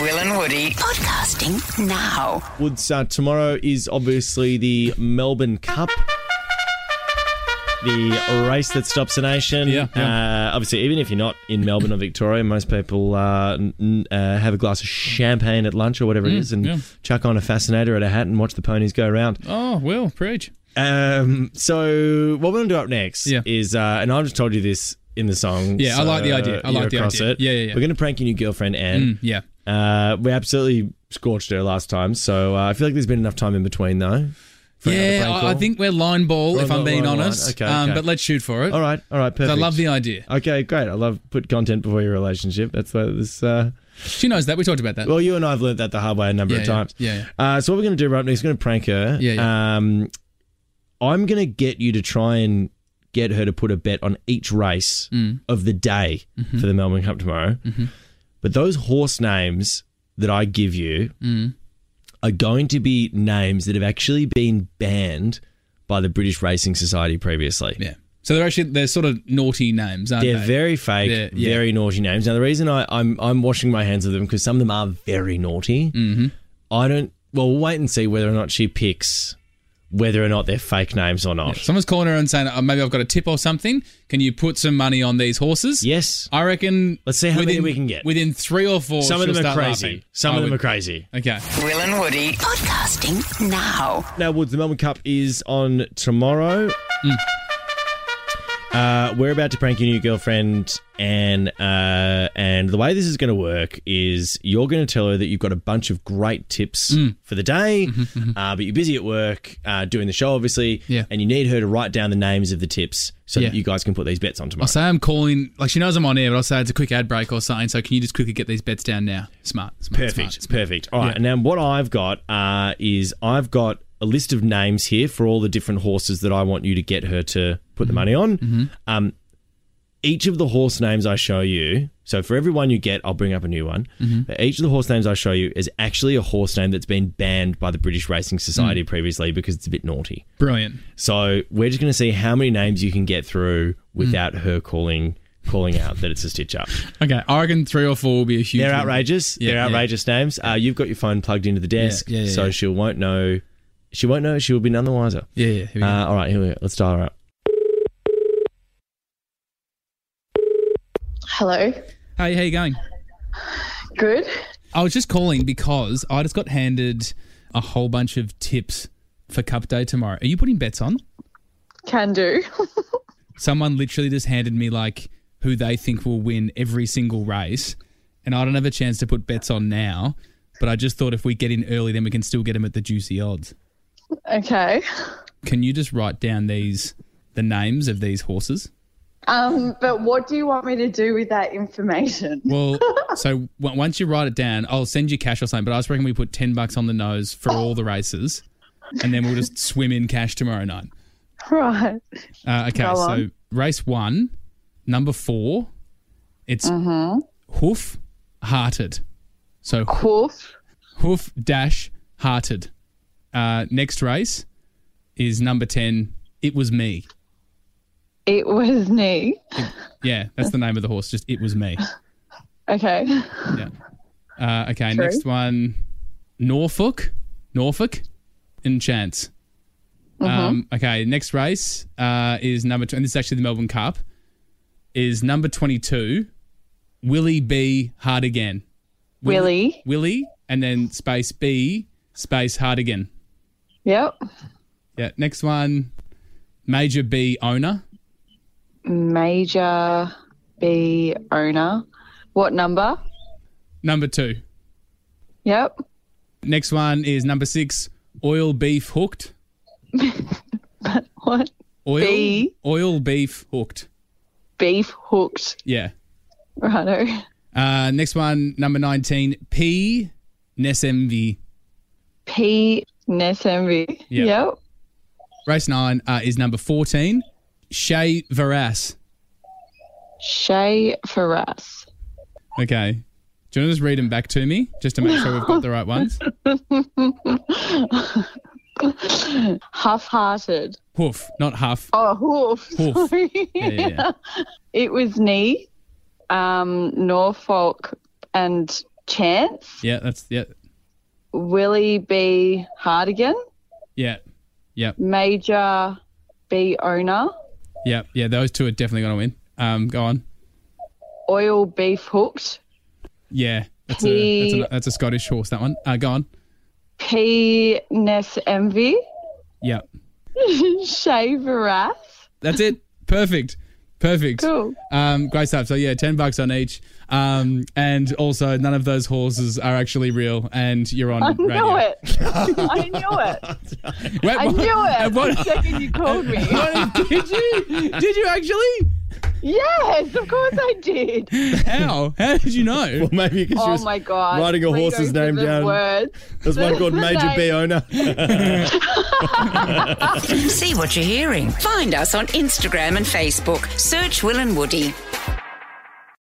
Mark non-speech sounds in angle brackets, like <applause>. Will and Woody podcasting now. Woods, uh, tomorrow is obviously the Melbourne Cup. The race that stops the nation. Yeah, Uh, obviously, even if you're not in Melbourne <coughs> or Victoria, most people uh, n- n- uh, have a glass of champagne at lunch or whatever it is and Mm, yeah. chuck on a fascinator at a hat and watch the ponies go round. Oh, well, preach. Um, so, what we're going to do up next Yeah. is, uh, and I've just told you this in the song. Yeah, I so like the idea. I you're like the across idea. It. Yeah, yeah, yeah. We're going to prank your new girlfriend, Anne. Mm, yeah. Uh, we absolutely scorched her last time, so uh, I feel like there's been enough time in between, though. for another Yeah, prank I, call. I think we're line ball, Line if I'm ball, being line, line. honest. Okay, Um, okay. But let's shoot for it. All right, all right, perfect. I love the idea. Okay, great. I love put content before your relationship. That's what this. Uh, She knows that. We talked about that. well, you and I have learnt that the hard way a number yeah, of yeah, times. Yeah, yeah. Uh, so what we're going to do right now is going to prank her. Yeah, Um, I'm going to get you to try and get her to put a bet on each race Mm. of the day Mm-hmm. for the Melbourne Cup tomorrow. But those horse names that I give you Mm. are going to be names that have actually been banned by the British Racing Society previously. Yeah. So they're actually, they're sort of naughty names, aren't They're they? very fake, They're- yeah. very naughty names. Now, the reason I, I'm I'm washing my hands of them because some of them are very naughty. Mm-hmm. I don't. Well, we'll wait and see whether or not she picks whether or not they're fake names or not. Someone's calling her and saying, oh, maybe I've got a tip or something. Can you put some money on these horses? Yes, I reckon. Let's see how many we can get. Within three or four. some of them she'll are start crazy. laughing. Some I of them would- are crazy. Okay. Will and Woody podcasting now. Now, Woods, the Melbourne Cup is on tomorrow. Mm. Uh, we're about to prank your new girlfriend, and uh, and the way this is going to work is you're going to tell her that you've got a bunch of great tips Mm. for the day, Mm-hmm, uh, but you're busy at work uh, doing the show, obviously, Yeah. and you need her to write down the names of the tips so Yeah. that you guys can put these bets on tomorrow. I'll say I'm calling, like she knows I'm on air, but I'll say it's a quick ad break or something. So can you just quickly get these bets down now? Smart. smart Perfect. smart. perfect. All right. And now what I've got uh, is I've got a list of names here for all the different horses that I want you to get her to put the money on. Um, each of the horse names I show you, so for every one you get, I'll bring up a new one. But each of the horse names I show you is actually a horse name that's been banned by the British Racing Society previously because it's a bit naughty. Brilliant. So we're just going to see how many names you can get through without her calling calling out that it's a stitch up. Okay, I reckon three or four will be a huge. They're win. outrageous. Yeah, They're yeah. outrageous names. Uh, you've got your phone plugged into the desk, Yeah, yeah, yeah, so yeah. she won't know. She won't know. She will be none the wiser. Yeah, yeah. Here we go. Uh, all right, here we go. Let's dial her up. Hello. hey, how you going? Good. I was just calling because I just got handed a whole bunch of tips for Cup Day tomorrow. Are you putting bets on? Can do. <laughs> Someone literally just handed me like who they think will win every single race, and I don't have a chance to put bets on now. But I just thought if we get in early, then we can still get them at the juicy odds. okay. Can you just write down these the names of these horses? Um, but what do you want me to do with that information? <laughs> Well, so w- once you write it down, I'll send you cash or something. But I was reckon we put ten bucks on the nose for all the races, and then we'll <laughs> just swim in cash tomorrow night. Right. Uh, okay, Go so on. race one, number four, it's Mm-hmm. hoof hearted. So Hoof. hoof dash hearted. Uh, next race is number ten. It was me. It was me. Yeah, that's the name of the horse. Just it was me. Okay. Yeah. Uh, okay, next one Norfolk. Norfolk. Enchants. Mm-hmm. Um, okay, next race uh, is number two, and this is actually the Melbourne Cup, is number 22, Willie B. Hard Again. Willie. Willie, and then space B, space Hard Again. Yep. Yeah, next one, Major B. Owner. Major B owner. What number? Number two. Yep. Next one is number six, Oil Beef Hooked. What? Oil, B. oil Beef Hooked. Beef hooked. Yeah. Righto. Uh, next one, number 19, P. Nesemvi. P Nesembi. Yep. Yep. Race 9 uh, is number 14, Shay Varas. Shay Faras. <laughs> Okay. Do you want to just read them back to me just to make sure we've got the right <laughs> ones? Huff hearted. Hoof, not huff. Oh hoof. Hoof. <laughs> Sorry. Yeah, yeah, yeah. It was me, um, Norfolk, and Chance. Yeah, that's yeah, Willie B. Hardigan. yeah, yeah, Major B. Owner. yeah, yeah. Those two are definitely gonna win. Um, go on. Oil Beef Hooked. Yeah, that's a that's He- a, that's a Scottish horse. That one. Uh, go on. P. Ness Envy. Yeah, Shay Verath. that's it. Perfect. Perfect. Cool. Um, great stuff. So yeah, ten bucks on each. Um, and also none of those horses are actually real. And you're on I knew radio. it. I knew it. Wait, I what? knew it. And what- the second you called me. <laughs> did you? Did you actually? yes, of course I did. How? How did you know? Well, <laughs> maybe because she Oh was my god. writing a Please horse's don't name give them down. Words. There's one <laughs> called The Major name. B owner. See what you're hearing. Find us on Instagram and Facebook. Search Will and Woody.